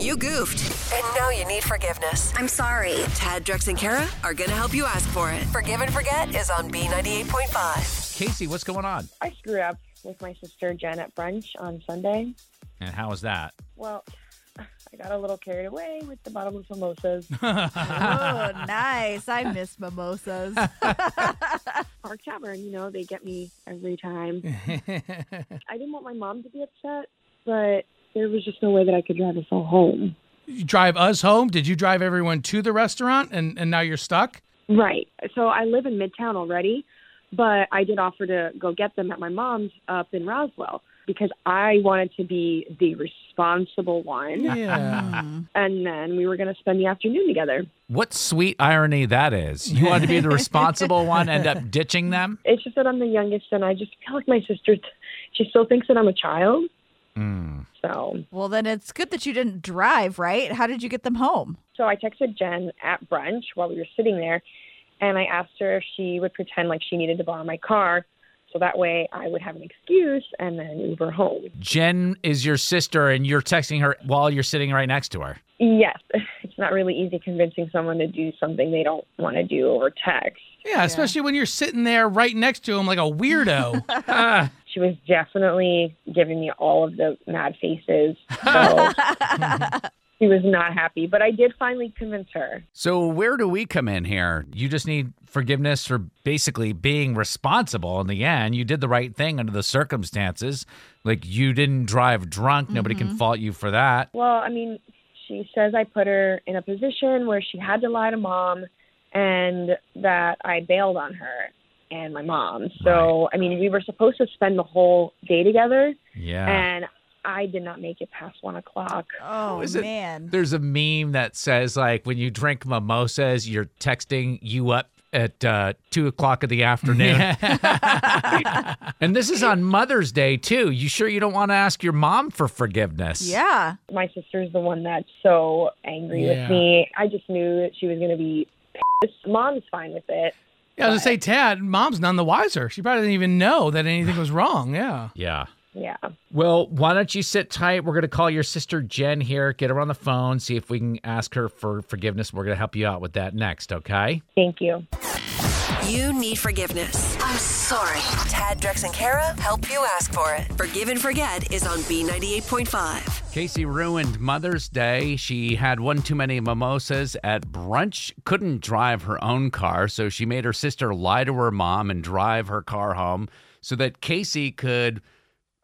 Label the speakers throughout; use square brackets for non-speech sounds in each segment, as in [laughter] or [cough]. Speaker 1: You goofed.
Speaker 2: And now you need forgiveness.
Speaker 1: I'm sorry. Tad, Drex, and Kara are going to help you ask for it.
Speaker 2: Forgive and Forget is on B98.5.
Speaker 3: Casey, what's going on?
Speaker 4: I screwed up with my sister Jen at brunch on Sunday.
Speaker 3: And how is [laughs] that?
Speaker 4: Well, [laughs] I got a little carried away with the bottomless mimosas.
Speaker 5: Oh, [laughs] nice. I miss mimosas.
Speaker 4: Park Tavern, you know, they get me every time. I didn't want my mom to be upset, but there was just no way that I could drive us all home.
Speaker 6: You drive us home? Did you drive everyone to the restaurant and, and now you're stuck?
Speaker 4: Right. So I live in Midtown already, but I did offer to go get them at my mom's up in Roswell because I wanted to be the responsible one.
Speaker 6: [laughs] Yeah.
Speaker 4: And then we were going to spend the afternoon together.
Speaker 3: What sweet irony that is. You wanted to be the [laughs] responsible one, end up ditching them?
Speaker 4: It's just that I'm the youngest, and I just feel like my sister, she still thinks that I'm a child. So,
Speaker 5: well, then it's good that you didn't drive, right? How did you get them home?
Speaker 4: so I texted Jen at brunch while we were sitting there, and I asked her if she would pretend like she needed to borrow my car, so that way I would have an excuse and then Uber home.
Speaker 3: Jen is your sister, and you're texting her while you're sitting right next to her.
Speaker 4: Yes, [laughs] it's not really easy convincing someone to do something they don't want to do over text.
Speaker 6: Yeah, especially when you're sitting there right next to him like a weirdo.
Speaker 4: She was definitely giving me all of the mad faces. So she was not happy, but I did finally convince her.
Speaker 3: So, where do we come in here? You just need forgiveness for basically being responsible in the end. You did the right thing under the circumstances. Like, you didn't drive drunk. Nobody can fault you for that.
Speaker 4: Well, I mean, she says I put her in a position where she had to lie to mom and that I bailed on her and my mom. So, I mean, we were supposed to spend the whole day together,
Speaker 3: Yeah.
Speaker 4: and I did not make it past one o'clock.
Speaker 5: Oh,
Speaker 3: is it-
Speaker 5: man.
Speaker 3: There's a meme that says, like, when you drink mimosas, you're texting you up at uh, two o'clock in the afternoon. [laughs] and this is on Mother's Day, too. You sure you don't want to ask your mom for forgiveness?
Speaker 5: Yeah.
Speaker 4: My sister's the one that's so angry
Speaker 6: Yeah.
Speaker 4: with me. I just knew that she was going to be pissed. Mom's fine with it.
Speaker 6: yeah, I was gonna say, Tad, mom's none the wiser. She probably didn't even know that anything was wrong. Yeah.
Speaker 3: Yeah.
Speaker 4: Yeah.
Speaker 3: Well, why don't you sit tight? We're going to call your sister Jen here, get her on the phone, see if we can ask her for forgiveness. We're going to help you out with that next, okay?
Speaker 4: Thank you.
Speaker 1: You need forgiveness.
Speaker 2: I'm sorry. Tad, Drex, and Kara help you ask for it.
Speaker 1: Forgive and Forget is
Speaker 2: [laughs]
Speaker 1: on B98.5.
Speaker 3: Casey ruined Mother's Day. She had one too many mimosas at brunch, couldn't drive her own car, so she made her sister lie to her mom and drive her car home so that Casey could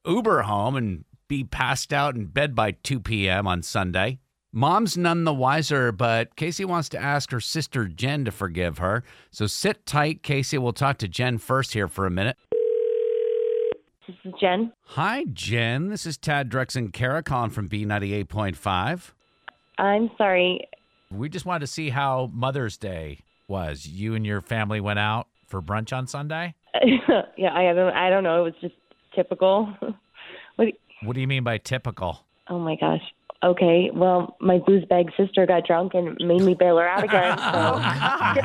Speaker 3: Uber home and be passed out in bed by 2 p.m. on Sunday. Mom's none the wiser, but Casey wants to ask her sister Jen to forgive her. So sit tight, Casey. We'll talk to Jen first here for a minute.
Speaker 4: Jen,
Speaker 3: Hi, Jen. This is Tad Drex and Kara calling from B98.5.
Speaker 4: I'm sorry. [laughs]
Speaker 3: We just wanted to see how Mother's Day was. You and your family went out for brunch on Sunday?
Speaker 4: yeah, I haven't, I don't know. It was just typical. [laughs] what,
Speaker 3: What do you mean by typical? [laughs]
Speaker 4: Oh my gosh. Okay. Well, my booze bag sister got drunk and made me bail her out
Speaker 6: [laughs]
Speaker 4: again.
Speaker 6: Oh,
Speaker 4: So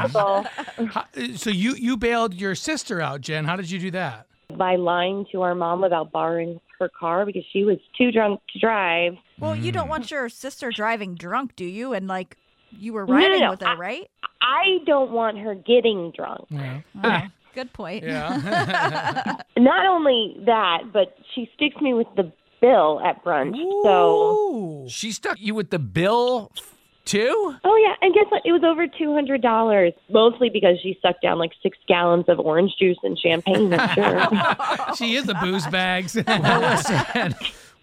Speaker 4: typical
Speaker 6: How- uh, so you you bailed your sister out, Jen. How did you do that?
Speaker 4: by lying to our mom about borrowing her car because she was too drunk to drive.
Speaker 5: Well, you
Speaker 4: Mm.
Speaker 5: don't want your sister driving drunk, do you? And like, you were riding
Speaker 4: no,
Speaker 5: with her,
Speaker 4: I-
Speaker 5: right?
Speaker 4: I don't want her getting drunk.
Speaker 6: Yeah.
Speaker 5: Oh, good point.
Speaker 6: Yeah.
Speaker 4: Not only that, but she sticks me with the bill at brunch. So,
Speaker 6: Ooh.
Speaker 3: She stuck you with the bill, f- too?
Speaker 4: oh yeah, and guess what? It was over two hundred dollars, mostly because she sucked down like six gallons of orange juice and champagne. I'm
Speaker 6: [laughs]
Speaker 4: sure.
Speaker 6: She is the booze bags.
Speaker 3: Well, listen,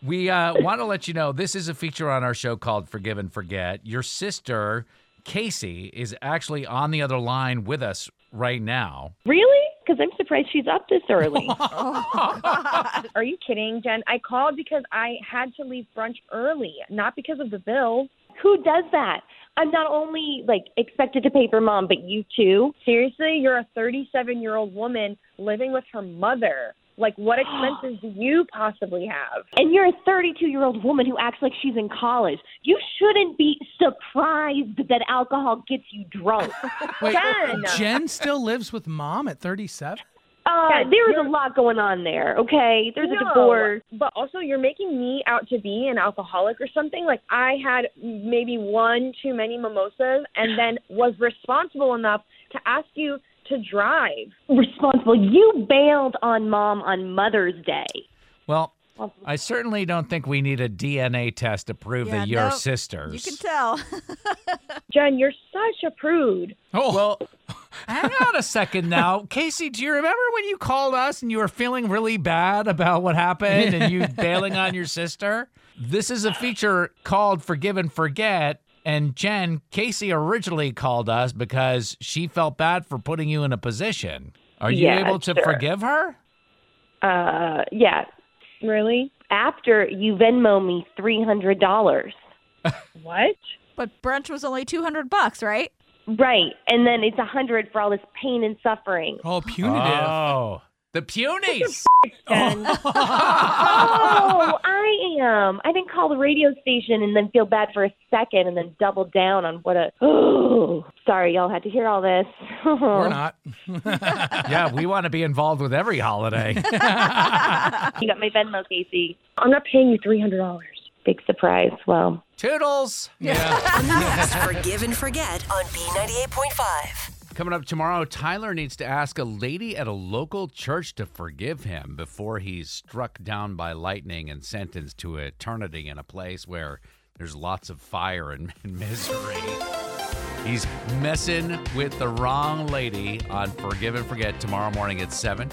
Speaker 3: we uh, want to let you know this is a feature on our show called Forgive and Forget. Your sister, Casey, is actually on the other line with us right now.
Speaker 4: really? Because I'm surprised she's up this
Speaker 7: [laughs]
Speaker 4: early.
Speaker 7: Oh, Are you kidding, Jen? I called because I had to leave brunch early, not because of the bill.
Speaker 4: Who does that? I'm not only like expected to pay for mom, but you too.
Speaker 7: Seriously, you're a 37 year old woman living with her mother. Like,
Speaker 4: [gasps]
Speaker 7: what expenses do you possibly have?
Speaker 4: And you're a 32 year old woman who acts like she's in college. You shouldn't be surprised that
Speaker 7: [laughs]
Speaker 4: alcohol gets you drunk.
Speaker 6: Wait,
Speaker 7: Jen!
Speaker 6: Jen still lives with mom at 37?
Speaker 7: Yeah,
Speaker 4: Uh, there is
Speaker 7: Oh, you're-
Speaker 4: a lot going on there. Okay, there's a
Speaker 7: No,
Speaker 4: divorce.
Speaker 7: But also, you're making me out to be an alcoholic or something. Like, I had maybe one too many mimosas and then was responsible enough to ask you to drive.
Speaker 4: Responsible. You bailed on mom on Mother's Day.
Speaker 3: Well, I certainly don't think we need a DNA test to prove
Speaker 5: Yeah,
Speaker 3: that you're
Speaker 5: no,
Speaker 3: sisters.
Speaker 5: You can tell. [laughs]
Speaker 7: Jen, you're such a prude.
Speaker 6: Oh,
Speaker 3: Well, hang on a second now. [laughs] Casey, do you remember when you called us and you were feeling really bad about what happened and you bailing on your sister? This is a feature called Forgive and Forget. And Jen, Casey originally called us because she felt bad for putting you in a position. Are you
Speaker 4: Yeah,
Speaker 3: able to
Speaker 4: sure.
Speaker 3: forgive her?
Speaker 4: Uh, yeah.
Speaker 7: Really?
Speaker 4: After you Venmo me three hundred dollars.
Speaker 7: [laughs] What?
Speaker 5: but brunch was only 200 bucks, right?
Speaker 4: Right, and then it's a hundred for all this pain and
Speaker 7: [laughs]
Speaker 4: suffering.
Speaker 6: oh, punitive.
Speaker 3: Oh, the punies.
Speaker 4: oh, I am. I didn't call the radio station and then feel bad for a second and then double down on what a. [gasps] Oh, sorry, y'all had to hear all this. [laughs]
Speaker 6: We're not.
Speaker 3: yeah, we want to be involved with every holiday.
Speaker 4: You got my Venmo, Casey.
Speaker 7: I'm not paying you $300.
Speaker 4: Big surprise. Well,
Speaker 3: Toodles.
Speaker 1: Next, Forgive and Forget on B98.5.
Speaker 3: Coming up tomorrow, Tyler needs to ask a lady at a local church to forgive him before he's struck down by lightning and sentenced to eternity in a place where there's lots of fire and, [laughs] and misery. He's messing with the wrong lady on Forgive and Forget tomorrow morning at 7.